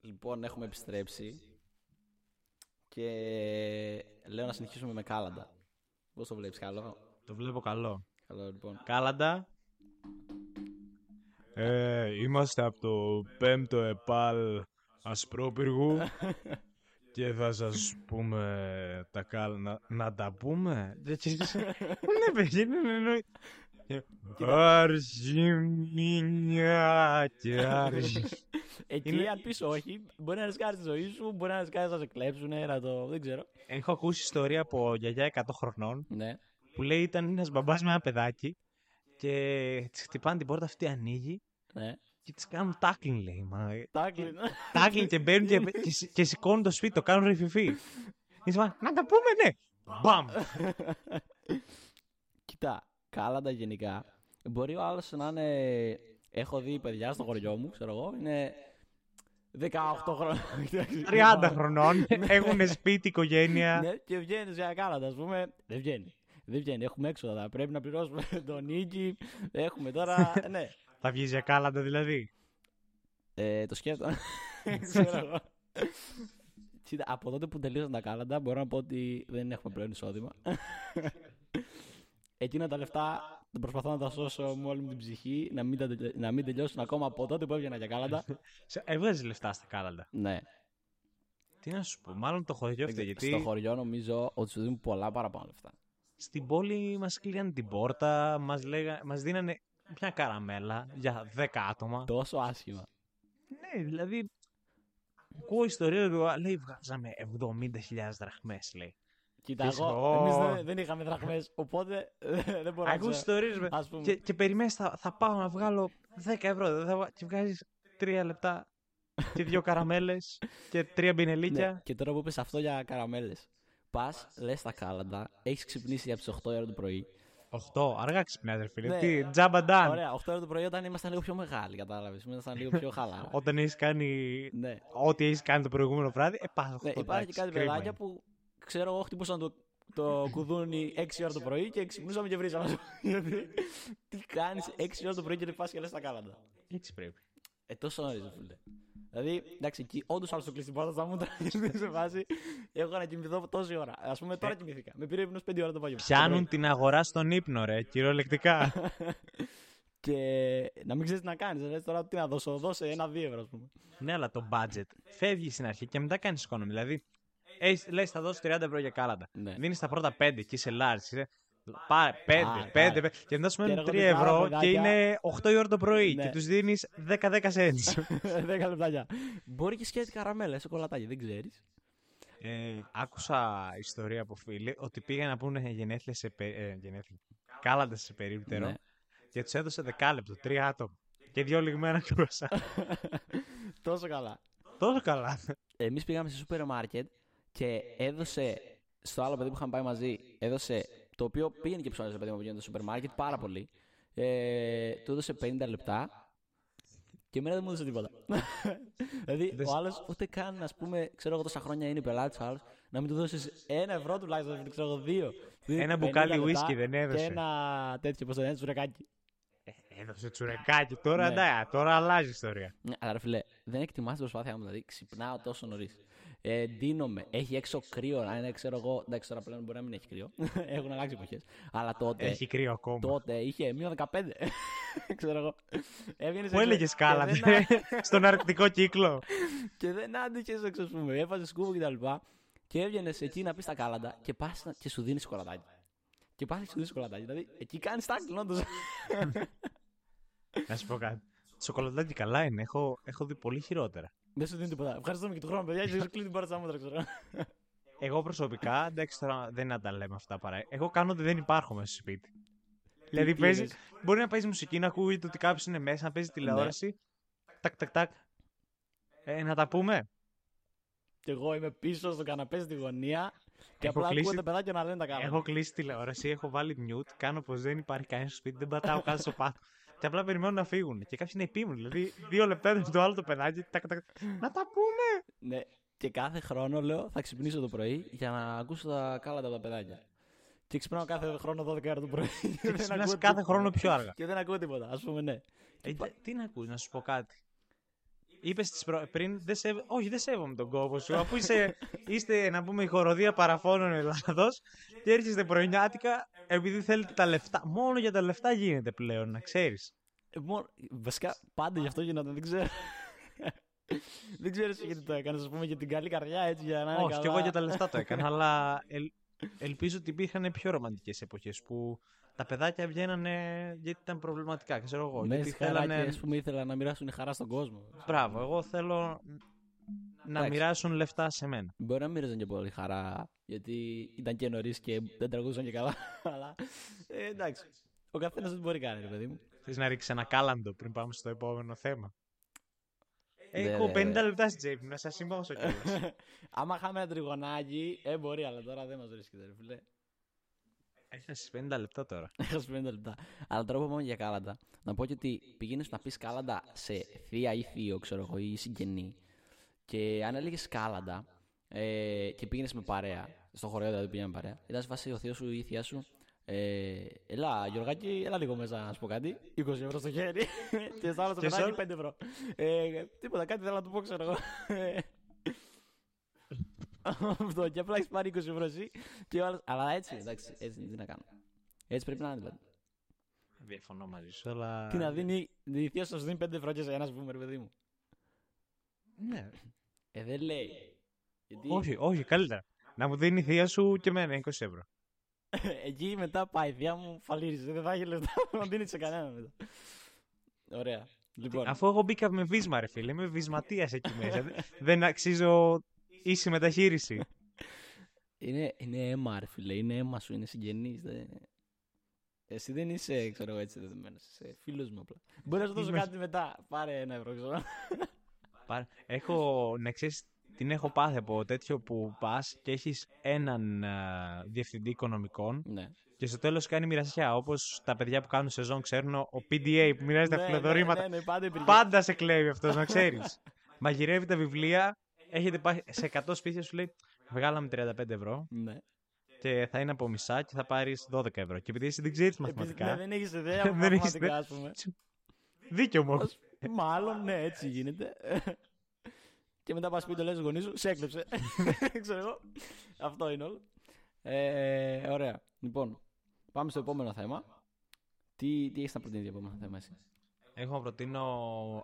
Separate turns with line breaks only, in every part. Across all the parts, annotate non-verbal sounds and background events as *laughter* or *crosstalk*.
Λοιπόν, έχουμε επιστρέψει και λέω να συνεχίσουμε με κάλαντα. Πώς το βλέπεις, καλό.
Το βλέπω καλό.
Καλό, λοιπόν.
Κάλαντα.
Ε, είμαστε από το πέμπτο επάλ
*laughs*
ασπρόπυργου και θα σας πούμε τα κάλ... Να, να τα πούμε. Δεν
*laughs*
ξέρεις. Ναι, παιδιά, ναι, ναι, ναι. Αρζιμινιά και αρζι...
Εκεί αν πεις όχι, μπορεί να ρισκάρεις τη ζωή σου, μπορεί να ρισκάρεις να σε κλέψουν, να το... δεν ξέρω.
*laughs* Έχω ακούσει ιστορία από γιαγιά 100 χρονών
Ναι.
που λέει ήταν ένας μπαμπάς με ένα παιδάκι και της χτυπάνε την πόρτα αυτή, ανοίγει
Ναι.
και της κάνουν τάκλιν, λέει. Μα,
Τάκλιν.
τάκλιν και μπαίνουν
*laughs*
και, και, σ- και σηκώνουν το σπίτι, το κάνουν ρηφιφί. Είναι σε φάση, να τα πούμε, ναι! Μπαμ!
Κοίτα, κάλαντα γενικά. Μπορεί ο άλλος να είναι. Έχω δει παιδιά στο χωριό μου, ξέρω εγώ, είναι 18 χρόνια.
30
*laughs*
χρονών, έχουν σπίτι, οικογένεια.
Ναι, και βγαίνεις για κάλαντα, ας πούμε. Δεν βγαίνει. Δεν βγαίνει. Έχουμε έξοδα. θα Πρέπει να πληρώσουμε *laughs* τον νίκη. Έχουμε τώρα.
*laughs*
Ναι.
Θα βγεις για κάλαντα δηλαδή.
Ε, το
*laughs*
σκέφτομαι. *laughs* Ξέρω εγώ. Κοίτα, από τότε που τελείωσαν τα κάλαντα, μπορώ να πω ότι δεν έχουμε πλέον
*laughs*
εισόδημα. Εκείνα τα λεφτά δεν προσπαθώ να τα σώσω με όλη μου την ψυχή, να μην, τα τελει- να μην τελειώσουν ακόμα από τότε που έβγαινα για
*laughs*
κάλαντα.
Σε- Έβγαζες λεφτά στα κάλαντα.
ναι.
Τι να σου πω, μάλλον το χωριό έφταιγε.
Στο
Γιατί
χωριό νομίζω ότι σου δίνουν πολλά παραπάνω λεφτά.
στην πόλη μας κλείνανε την πόρτα, μας μας δίνανε μια καραμέλα για 10 άτομα.
Τόσο άσχημα.
Ναι, δηλαδή. Ακούω ιστορία του, α, λέει, βγάζαμε 70.000 δραχμές, λέει.
Κοίτα,
Πίσω.
εγώ εμείς δεν, δεν είχαμε δραχμές, οπότε ε, δεν μπορώ να ξέρω.
Ακούω ιστορίες με.
Ας πούμε.
Και, και περιμένεις, θα, θα πάω να βγάλω 10 ευρώ. δεν Θα, βγα- και βγάζεις 3 λεπτά και *laughs* δύο καραμέλες και
Ναι,
τρία μπινελίκια.
και τώρα που είπες αυτό για καραμέλες. Πας, λες τα κάλαντα, έχεις ξυπνήσει από τι 8 ώρα το πρωί.
8, αργά ξυπνάς ρε φίλε.
Ναι.
Τι, τζάμπα ντάν.
Ωραία, 8 ώρα το πρωί όταν ήμασταν λίγο πιο μεγάλοι, κατάλαβες. Ήμασταν λίγο πιο χαλαρά.
Όταν έχεις κάνει
ναι.
ό,τι έχεις κάνει το προηγούμενο βράδυ, ε, πας 8.
ναι υπάρχει και κάτι παιδάκια που ξέρω εγώ χτυπούσαν το, το κουδούνι 6 ώρα το πρωί και ξυπνούσαμε και *laughs* βρίζαμε. Γιατί, τι κάνεις 6 ώρα το πρωί και δεν πα και λε τα κάλαντα.
Έτσι πρέπει.
Ε, τόσο νωρίς, φίλε. Δηλαδή, εντάξει, εκεί όντως άλλο σου κλείσει την πόρτα στα μούτρα και δεν σε βάζει. Έχω να κοιμηθώ τόση ώρα. Ας πούμε, τώρα κοιμηθήκα. Με πήρε ύπνος 5 ώρα το παγιό.
Πιάνουν την αγορά στον ύπνο, ρε, κυριολεκτικά.
Και να μην ξέρεις τι να κάνεις. Δηλαδή, τώρα τι να δώσω, δώσε ένα-δύο ευρώ, ας πούμε. *laughs*
Ναι, αλλά το budget φεύγει στην αρχή και μετά κάνεις economy. Δηλαδή, έχεις- λες θα δώσω 30 ευρώ για κάλαντα.
Ναι.
Δίνεις τα πρώτα 5 και είσαι large. Είσαι... Πάρε
Πάρε,
5, 5,
πάρε.
5, και μετά σου
Και
μένουν 3
εργοδικά,
ευρώ και
παιδάκια.
είναι 8 η ώρα το πρωί
Ναι.
και τους δίνεις
*laughs*
10-10 cents.
10 λεπτάκια. Μπορεί και σχέση καραμέλα, σοκολατάκι, δεν ξέρεις.
ε, άκουσα ιστορία από φίλοι ότι πήγαν να πούνε γενέθλια σε πε... ε, γενέθλια. Κάλαντα σε περίπτερο
Ναι.
και τους έδωσε δεκάλεπτο, τρία άτομα. Και δύο λιγμένα κρούσα.
*laughs* Τόσο καλά.
Τόσο καλά.
Εμείς πήγαμε σε σούπερ μάρκετ και έδωσε στο άλλο παιδί που είχαμε πάει μαζί, έδωσε το οποίο πήγαινε και ψώνιζε παιδί μου που γίνεται στο σούπερ μάρκετ πάρα πολύ. Ε, του έδωσε 50 λεπτά και εμένα δεν μου έδωσε τίποτα. *laughs* δηλαδή,
Δεν σ-
ο άλλος ούτε καν, ας πούμε, ξέρω εγώ τόσα χρόνια είναι πελάτης ο άλλος, να μην του δώσεις ένα ευρώ τουλάχιστον, δηλαδή, ξέρω εγώ δύο.
Ένα
50
μπουκάλι
λεπτά
whisky δεν έδωσε.
Και ένα τέτοιο, πώς το λένε, τσουρεκάκι.
Ε, Έδωσε τσουρεκάκι τώρα,
Ναι.
ναι, τώρα αλλάζει η ιστορία.
Ναι, αλλά ρε φίλε, δεν εκτιμάς την προσπάθειά μου. Δηλαδή, ξυπνάω τόσο νωρίς. Ε, ντύνομαι. Έχει έξω κρύο. Αν είναι, ξέρω εγώ. Εντάξει, τώρα πλέον μπορεί να μην έχει κρύο. *laughs* Έχουν αλλάξει εποχές. Αλλά τότε.
Έχει κρύο ακόμα.
Τότε είχε μείον 15. *laughs* ξέρω εγώ. Έβγαινε
Πού δηλαδή? έλεγε
Και
κάλαντα,
δεν,
ναι, στον αρκτικό κύκλο.
και δεν άντυχε έξω, ας πούμε. Έβαζες σκούβο κτλ. Και, έβγαινες εκεί να πεις τα κάλαντα και πας και σου δίνεις σοκολατάκι. Και πας και σου δίνεις σοκολατάκι. Δηλαδή, εκεί κάνεις τάκλινγκ, όντω.
Να σου πω κάτι. Σοκολατάκι καλά είναι. Έχω, έχω δει πολύ χειρότερα.
*laughs* δεν σου δίνει τίποτα. Ευχαριστούμε και τον χρόνο, παιδιά. Και σου κλείνει την πόρτα στα μούτρα, ξέρω. εγώ.
Εγώ προσωπικά, εντάξει τώρα δεν είναι να τα λέμε αυτά παρά. Εγώ κάνω ότι δεν υπάρχω μέσα στο σπίτι. δηλαδή
τι
παίζεις,
εννοείς?
μπορεί να παίζεις μουσική, να ακούγεται ότι κάποιος είναι μέσα, να παίζει τηλεόραση. Τακ, τακ, τακ. Ε, να τα πούμε.
Και εγώ είμαι πίσω στον καναπέ στη γωνία. Και
Έχω
απλά
κλείσει-
ακούω τα παιδάκια να λένε τα κάνω.
Έχω κλείσει τηλεόραση, έχω βάλει mute, κάνω πως δεν υπάρχει κανένας στο σπίτι, δεν πατάω καν στο πάτο. Και απλά περιμένω να φύγουν. Και κάποιοι είναι επίμονοι. Δηλαδή, δύο λεπτά είναι το άλλο το παιδάκι. τακ, τακ, τακ. Να τα πούμε!
Ναι. Και κάθε χρόνο λέω θα ξυπνήσω το πρωί για να ακούσω τα κάλαντα από τα παιδάκια. Και ξυπνάω κάθε χρόνο 12 ώρα το πρωί. Και *laughs* δεν
ξυπνάς
ακούω
κάθε
τίποτα.
χρόνο πιο αργά.
Και δεν ακούω τίποτα, ας πούμε, ναι.
Ε, τι- τι να ακούς, να σου πω κάτι. Είπες πριν, δεν σέβ... όχι, δεν σέβομαι τον κόπο σου.
*laughs*
Αφού είσαι, είστε, να πούμε, η χοροδία παραφώνων Ελλάδος και έρχεστε πρωινιάτικα επειδή θέλετε τα λεφτά. Μόνο για τα λεφτά γίνεται πλέον, να ξέρεις.
Ε, μόνο- Βασικά πάντα γι' αυτό γινόταν, δεν ξέρω. *laughs* δεν ξέρω εσύ γιατί το έκανες, ας πούμε, για την καλή καρδιά έτσι για να είναι
όχι,
Ε, καλά.
και εγώ για τα
*laughs*
λεφτά το έκανα, αλλά ελ... ελπίζω ότι υπήρχαν πιο ρομαντικές εποχές που τα παιδάκια βγαίνανε γιατί ήταν προβληματικά, ξέρω εγώ.
Ναι,
γιατί
στη χαρά και,
θέλανε.
ας πούμε, ήθελα να μοιράσουν χαρά στον κόσμο.
Μπράβο, εγώ θέλω να
Εντάξει.
μοιράσουν λεφτά σε μένα.
Μπορεί να μοίραζαν και πολύ χαρά, γιατί ήταν και νωρίς και δεν τραγούσαν και καλά. *laughs* Αλλά ε, εντάξει. Ο καθένας δεν μπορεί κάνει, ρε παιδί μου.
Θες να ρίξεις ένα κάλαντο πριν πάμε στο επόμενο θέμα.
Ναι,
Έχω
ναι,
50
ναι.
λεπτά στην τσέπη μου, να σας συμπόσω *laughs* κιόλας.
Άμα είχαμε ένα τριγωνάκι, ε, μπορεί, αλλά τώρα δεν μας βρίσκεται, ρε *laughs* φιλέ.
Έχασες 50 λεπτά τώρα.
Έχασες 50 λεπτά. Αλλά τώρα που πάμε για κάλαντα, να πω και ότι πηγαίνεις να πεις κάλαντα σε θεία ή θείο, ξέρω εγώ, ή συγγενή. Και αν έλεγες κάλαντα ε, και πήγαινες με παρέα, στο χωριό δηλαδή πήγαινε παρέα, ήταν σε φάση ο θείος σου ή η θεία σου. Ε, έλα, Γιωργάκη, έλα λίγο μέσα να σου πω κάτι. 20 ευρώ στο *laughs* χέρι. και στο άλλο το
Και σε
παιδάκι
όλο-
5 ευρώ. Ε, τίποτα, κάτι θέλω να του πω, ξέρω εγώ. *laughs* Ε, Αυτό. Και απλά έχεις πάρει 20 ευρώ εσύ. Και ο άλλος... Αλλά έτσι, εντάξει, έτσι τι να κάνω. Έτσι πρέπει να είναι δηλαδή.
Διαφωνώ μαζί σου, αλλά...
Τι να δίνει, η θεία σα δίνει 5 ευρώ και σε ένα, πούμε, ρε παιδί μου.
Ναι.
Ε, δεν λέει. Γιατί
Όχι, όχι, καλύτερα. Να μου δίνει η θεία σου και εμένα 20 ευρώ.
*laughs* εκεί μετά πάει η θεία μου, φαλήριζε. Δεν θα έχει λεφτά, δεν δίνει σε κανένα μετά. Ωραία. Λοιπόν,
Αφού εγώ μπήκα με βίσμα, ρε φίλε, είμαι βυσματίας εκεί μέσα. Δε- Δεν αξίζω ίση μεταχείριση.
είναι, είναι αίμα, ρε φίλε. Είναι αίμα σου, είναι συγγενής. Εσύ δεν είσαι, ξέρω εγώ, έτσι δεδομένος. Είσαι φίλος μου απλά. Μπορείς να σου δώσω
Είμαι-
κάτι μετά. Πάρε ένα ευρώ, ξέρω.
Πάρε- Έχω, να ξέρεις, την έχω πάθει από τέτοιο που πας και έχεις έναν α, διευθυντή οικονομικών
ναι.
Και στο τέλος κάνει μοιρασιά. Όπως τα παιδιά που κάνουν σεζόν ξέρουν, ο PDA που μοιράζει τα
Ναι, ναι,
φιλοδορήματα.
Ναι, ναι, πάντα υπήρχε.
Πάντα σε κλέβει αυτός, να ξέρεις. *laughs* Μαγειρεύει τα βιβλία. Έχετε πάει σε 100 σπίτια, σου λέει Βγάλαμε 35 ευρώ
Ναι.
και θα είναι από μισά και θα πάρεις 12 ευρώ. Και επειδή εσύ δεν ξέρεις
Επειδή, ναι,
μαθηματικά.
δεν έχεις ιδέα
*laughs* Δεν
από
έχεις
μαθηματικά,
ιδέα.
ας πούμε.
Δίκιο μου.
Ως- Μάλλον, ναι, έτσι γίνεται. και μετά πας σπίτι, το λες γονείς σου, σε έκλεψε. Ξέρω εγώ. Αυτό είναι όλο. Ε, ωραία. Λοιπόν, πάμε στο επόμενο θέμα. Τι, τι έχεις να προτείνεις για επόμενο θέμα, εσύ.
Έχω να προτείνω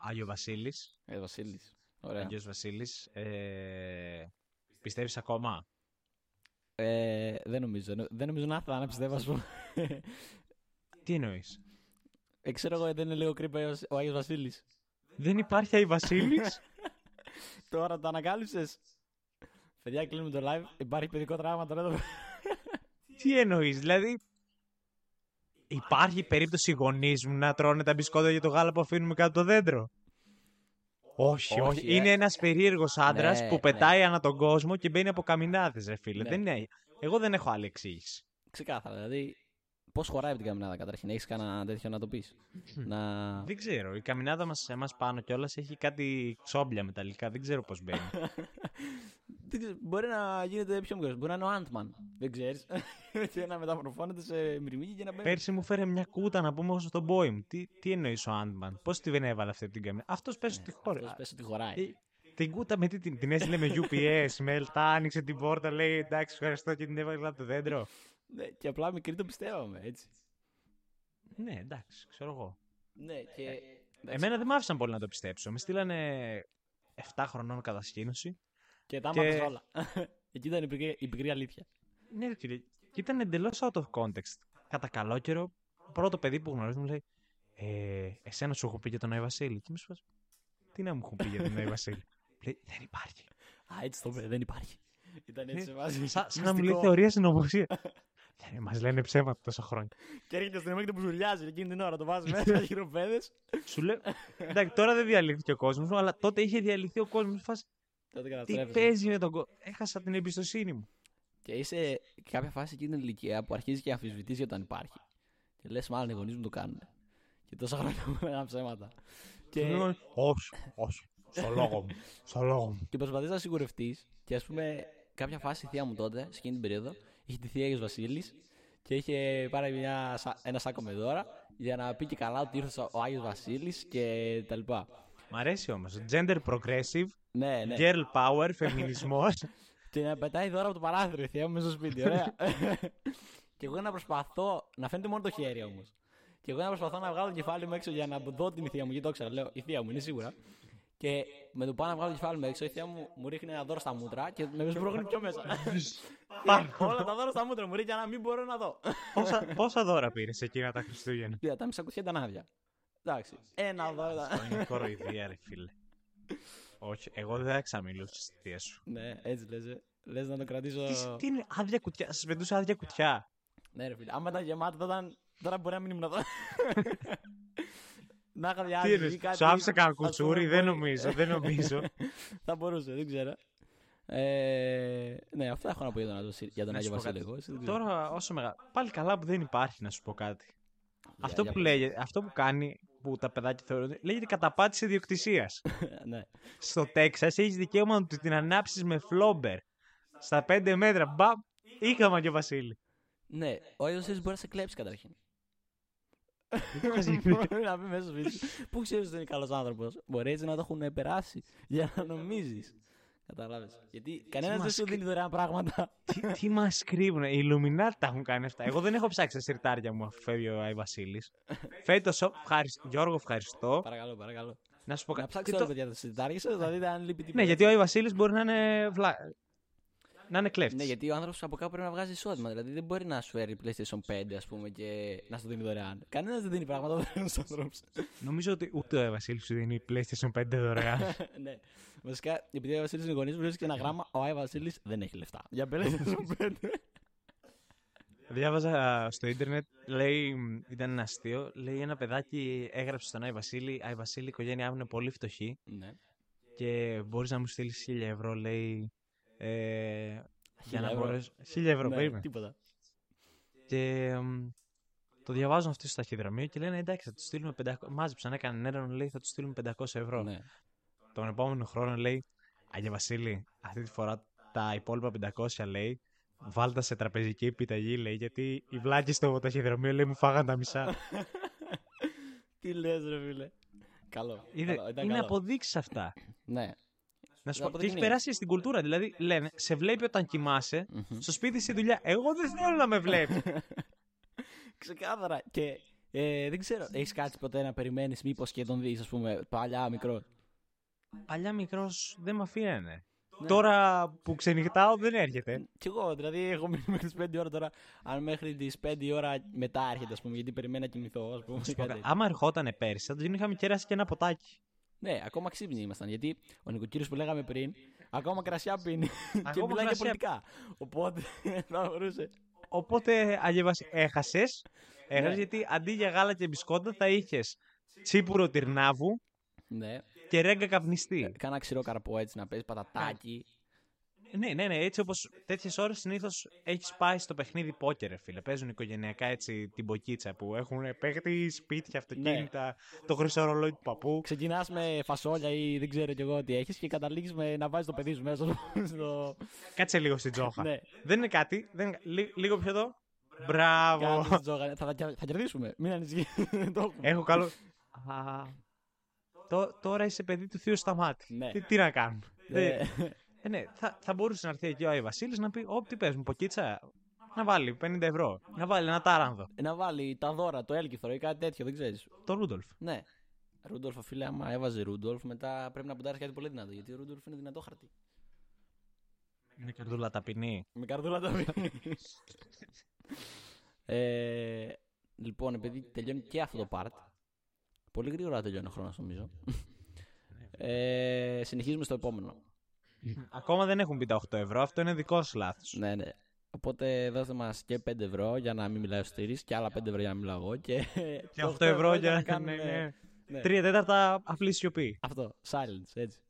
Άγιος Βασίλης.
Ε, Βασίλης. Ωραία.
Άγιος Βασίλης. Ε, Πιστεύεις ακόμα.
Ε, δεν νομίζω. Δεν νομίζω να θα να πιστεύω, ας πούμε.
Τι εννοείς.
ε, ξέρω εγώ, δεν είναι λίγο κρύπα ο Άγιος Βασίλης.
Δεν υπάρχει Άγιος Βασίλης.
Τώρα το ανακάλυψες. Παιδιά, κλείνουμε το live. Υπάρχει παιδικό τραύμα τώρα εδώ.
Τι εννοείς, δηλαδή. Υπάρχει περίπτωση οι γονείς μου να τρώνε τα μπισκότα για το γάλα που αφήνουμε κάτω από το δέντρο. Όχι, όχι.
Όχι, ε.
Είναι ένας περίεργος άντρα
Ναι,
που
ναι.
πετάει ανά τον κόσμο και μπαίνει από καμινάδες, ρε φίλε.
Ναι.
Δεν είναι... Εγώ δεν έχω άλλη εξήγηση.
Ξεκάθαρα. Δηλαδή, πώς χωράει από την καμινάδα καταρχήν, έχεις κανένα τέτοιο να το πεις. να.
Δεν ξέρω. Η καμινάδα μας εμάς πάνω κιόλας έχει κάτι ξόμπλια μεταλλικά. Δεν ξέρω πώς
*laughs*
μπαίνει.
Δεν ξέρω, Μπορεί να γίνεται πιο μικρός. Μπορεί να είναι ο Άντμαν. Δεν ξέρεις. *laughs* και να μεταμορφώνεται σε μυρμήγκι και να μπαίνει.
Πέρσι μου φέρε μια κούτα να πούμε στον boy μου. Τι, τι εννοείς ο Άντμαν. Πώς τη δεν έβαλε αυτή από την καμινάδα. Αυτό πέσει τη χώρα.
Ναι, Αυτός πες ότι χωράει.
Ε, Την κούτα με τι την, την έστειλε με UPS, με ελτά, άνοιξε την πόρτα, λέει εντάξει, ευχαριστώ και την έβαλε από το δέντρο.
Ναι, και απλά μικρή το πιστεύαμε, έτσι.
ναι, εντάξει, ξέρω εγώ.
Ναι, και. εντάξει,
Εμένα δεν μ' άφησαν πολύ να το πιστέψω. Με στείλανε 7 χρονών κατασκήνωση.
Και τα
και-
μάθες όλα. *laughs* Εκεί ήταν η πικρή, η πικρή αλήθεια.
Ναι, ρε φίλε, και ήταν εντελώς out of context. Κατά καλό καιρό, πρώτο παιδί που γνωρίζει μου λέει ε, Εσένα σου έχω πει για τον Άι Βασίλη. Και μου σου Τι να μου έχουν πει για τον Άι Βασίλη. λέει, Δεν υπάρχει.
Α, έτσι το είπε, δεν υπάρχει. Ήταν έτσι Ναι, σε βάση.
Σαν Ε, σαν να μου λέει
μυστικό.
θεωρία συνωμοσία. Δεν μας λένε ψέματα τόσα χρόνια.
Και έρχεται στην και που ζουλιάζει εκείνη την ώρα, το
*laughs*
βάζει μέσα γυροπέδε.
Σου λέω. Εντάξει, τώρα δεν διαλύθηκε ο κόσμος, αλλά τότε είχε διαλυθεί ο κόσμος. Φάση.
Τότε
Τι
καταστρέφεσαι.
παίζει με τον κόσμο. Έχασα την εμπιστοσύνη μου.
Και είσαι σε κάποια φάση εκείνη την ηλικία που αρχίζεις και αμφισβητεί για το αν υπάρχει. Και λες, μάλλον οι γονείς μου το κάνουν. Και τόσα χρόνια *laughs* μου έκαναν ψέματα.
Του
Και,
λέω, Όχι, όχι. Στο λόγο μου. Στο λόγο μου.
και προσπαθείς να σιγουρευτείς. Και ας πούμε, κάποια φάση η θεία μου τότε, σε εκείνη την περίοδο, είχε τη θεία Άγιος Βασίλης και είχε πάρει μια, σα- ένα σάκο με δώρα για να πει και καλά ότι ήρθε ο Άγιος Βασίλης και τα λοιπά.
Μ' αρέσει όμως. Gender progressive,
Ναι, ναι.
girl power,
*laughs*
φεμινισμός.
Και να ε, πετάει δώρα από το παράθυρο, η θεία μου μέσα στο σπίτι. Ωραία. *laughs* και εγώ να προσπαθώ. Να φαίνεται μόνο το χέρι όμως. Και εγώ να προσπαθώ να βγάλω το κεφάλι μου έξω για να δω την θεία μου. Γιατί το ξέρω, λέω. Η θεία μου είναι σίγουρα. Και με το πάνω να βγάλω το κεφάλι μου έξω, η θεία μου μου ρίχνει ένα δώρο στα μούτρα και με σπρώχνει πιο μέσα. *laughs* Όλα τα δώρα στα μούτρα μου ρίχνει για να μην μπορώ να δω.
πόσα, πόσα δώρα πήρες εκείνα τα Χριστούγεννα.
Κοίτα, τα μισά κουτιά ήταν άδεια. Εντάξει. Ένα δώρο.
Αυτό είναι κοροϊδία, ρε φίλε. Όχι, εγώ δεν θα ξαμιλούσα στη θεία σου.
Ναι, έτσι λες. Λες να το
Τι,
κρατήσω.
σ- τι είναι, άδεια κουτιά. Σας πετούσε άδεια κουτιά.
Ναι, ρε φίλε. Άμα ήταν γεμάτο, τότε ήταν- τώρα μπορεί να μην ήμουν εδώ. να είχα
Τι
διάλειμμα ή
είναι,
κάτι.
σου άφησε κανένα
ας πούμε,
κουτσούρι, δεν
μπορεί.
νομίζω, δεν
*laughs*
νομίζω.
Θα μπορούσε, δεν ξέρω. Ε, ναι, αυτά έχω να πω για τον, Άγιο- για τον
Να
Άγιο
σου πω
Βασίλη.
κάτι.
εγώ, εσύ δεν ξέρω.
Τώρα, όσο μεγάλο. Πάλι καλά που δεν υπάρχει, να σου πω κάτι. αυτό,
για
που
πες.
λέγεται, αυτό που κάνει, που τα παιδάκια θεωρούν, λέγεται καταπάτηση ιδιοκτησίας.
*laughs* ναι.
Στο Τέξας έχεις δικαίωμα να του την ανάψεις με φλόμπερ. Στα πέντε μέτρα, μπαμ, είχαμε και ο
*laughs*
Βασίλη.
ναι, ο Άγιος Βασίλη μπορεί να σε κλέψει καταρχήν.
*laughs* Βασίλη.
μπορεί να πει μέσα στο σπίτι. σου, Πού ξέρεις ότι δεν είναι καλός άνθρωπος. Μπορεί έτσι να το έχουν περάσει για να νομίζεις. Κατάλαβες. Γιατί κανένα δεν
μας
σου δίνει δωρεάν πράγματα.
τι τι μας κρύβουν, οι Ιλουμινάτι τα έχουν κάνει αυτά. Εγώ δεν έχω ψάξει τα σιρτάρια μου αφού φεύγει ο Άι Βασίλης. Φέτο, Γιώργο, ευχαριστώ.
παρακαλώ, παρακαλώ.
Να σου πω
Να
κάτι.
ψάξετε
Τι
όλα,
το-
παιδιά, τα συντάρια σα, θα δείτε αν λείπει τίποτα.
Ναι, γιατί ο Άι Βασίλης μπορεί να είναι. βλα- Να είναι κλέφτης.
Ναι, γιατί ο άνθρωπος από κάπου πρέπει να βγάζει εισόδημα. Δηλαδή δεν μπορεί να σου φέρει PlayStation 5, ας πούμε, και να σου δίνει δωρεάν. Κανένας δεν δίνει πράγματα δωρεάν στους ανθρώπους.
Νομίζω ότι ούτε ο Άι Βασίλη σου δίνει PlayStation 5
*laughs*
δωρεάν.
*laughs* ναι. Βασικά, επειδή ο Βασίλη είναι γονείς, βρίσκεις ένα γράμμα. Ο Άι Βασίλης δεν έχει λεφτά. Για *laughs* PlayStation 5.
Διάβαζα στο ίντερνετ, λέει, μ, ήταν ένα αστείο, λέει ένα παιδάκι έγραψε στον Άι Βασίλη, Άι Βασίλη, η οικογένειά μου είναι πολύ φτωχή
ναι.
και μπορείς να μου στείλεις 1000 ευρώ, λέει, ε, για να
ευρώ.
μπορέσω... 1000 ευρώ,
Ναι,
περίμενε.
τίποτα.
Και μ, το διαβάζουν αυτοί στο ταχυδρομείο και λένε εντάξει θα του στείλουμε 500, μάζεψαν έκαναν έναν λέει θα τους στείλουμε 500 ευρώ.
Ναι.
Τον επόμενο χρόνο λέει, Άγια Βασίλη, αυτή τη φορά τα υπόλοιπα 500 λέει, βάλτα σε τραπεζική επιταγή λέει, γιατί οι βλάκοι στο ταχυδρομείο λέει μου φάγαν τα μισά.
Τι λες, ρε φίλε. Καλό.
Είδε,
καλό, ήταν
είναι
καλό.
αποδείξεις αυτά.
Ναι.
Να σου πω, τι έχει
αποδεικνύει.
περάσει στην κουλτούρα. Δηλαδή, λένε, σε βλέπει όταν κοιμάσαι, στο σπίτι στη δουλειά. Εγώ δεν θέλω να με βλέπει.
Ξεκάθαρα. Και ε, δεν ξέρω, έχεις κάτσει ποτέ να περιμένεις μήπως και τον δεις, ας πούμε, παλιά μικρός.
Παλιά μικρός δεν με αφήνανε.
Ναι.
Τώρα που ξενυχτάω δεν έρχεται.
Κι εγώ, δηλαδή, έχω μείνει μέχρι τις 5 ώρα τώρα. Αν μέχρι τις 5 η ώρα μετά έρχεται, ας πούμε, γιατί περιμένω να κοιμηθώ, ας πούμε. κάτι τέτοιο.
Άμα ερχότανε πέρσι, θα τον είχαμε κεράσει και ένα ποτάκι.
Ναι, ακόμα ξύπνοι ήμασταν. Γιατί ο νοικοκύριος που λέγαμε πριν, ακόμα κρασιά πίνει και
Ακόμα
μιλάει για
κρασιά.
πολιτικά. Οπότε *laughs* θα μπορούσε.
Οπότε, αγεβασί, έχασε. Έχασες
Ναι.
γιατί αντί για γάλα και μπισκότα θα είχες τσίπουρο τυρνάβου
Ναι,
και ρέγγα καπνιστή.
κάνα ξηρό καρπό έτσι να παίζει, πατατάκι.
Ναι, ναι, ναι. Έτσι όπως τέτοιες ώρες συνήθως έχεις πάει στο παιχνίδι πόκερ, ρε φίλε. Παίζουν οικογενειακά έτσι την ποκίτσα που έχουν παίχτη, σπίτια, αυτοκίνητα, το χρυσό ρολόι του παππού.
Ξεκινάς με φασόλια ή δεν ξέρω κι εγώ τι έχεις και καταλήγεις με να βάζεις το παιδί σου μέσα *laughs* στο.
Κάτσε λίγο στην τζόχα.
ναι,
Δεν είναι κάτι. Δεν... είναι κα- Λί- λίγο πιο εδώ. Μπράβο.
κάνεις τζόγα. Θα, θα, θα κερδίσουμε. Μην ανησυχείς. *laughs* το έχουμε.
Έχω καλό. Α, τω- τώρα είσαι παιδί του θείου Σταμάτη.
Ναι.
Τι, τι να κάνουμε.
Ναι.
Ε, ε, ναι, θα, θα μπορούσε να έρθει εκεί ο Άι Βασίλης να πει: Ω, τι παίζουν, ποκίτσα. Να βάλει 50 ευρώ. Να βάλει ένα τάρανδο.
να βάλει τα δώρα, το έλκυθρο ή κάτι τέτοιο, δεν ξέρεις.
Το Ρούντολφ.
Ναι. Ρούντολφ, φίλε, άμα έβαζε Ρούντολφ, μετά πρέπει να ποντάρει κάτι πολύ δυνατό. Γιατί ο Ρούντολφ είναι δυνατό χαρτί.
Είναι καρδούλα ταπεινή.
Με καρδούλα τα πίνει. *laughs* ε, λοιπόν, επειδή τελειώνει και αυτό το part. Πολύ γρήγορα τελειώνει ο χρόνος, *laughs* νομίζω. ε, συνεχίζουμε στο επόμενο.
Ακόμα δεν έχουν πει τα 8 ευρώ, αυτό είναι δικό σου λάθος.
Ναι, ναι. Οπότε δώστε μας και 5 ευρώ για να μην μιλάει ο Στήρης και άλλα 5 ευρώ για να μιλάω εγώ. Και,
Και 8 ευρώ για να
κάνουμε-
κάνουν.
ναι.
Τρία τέταρτα απλή σιωπή.
Αυτό. Silence, έτσι.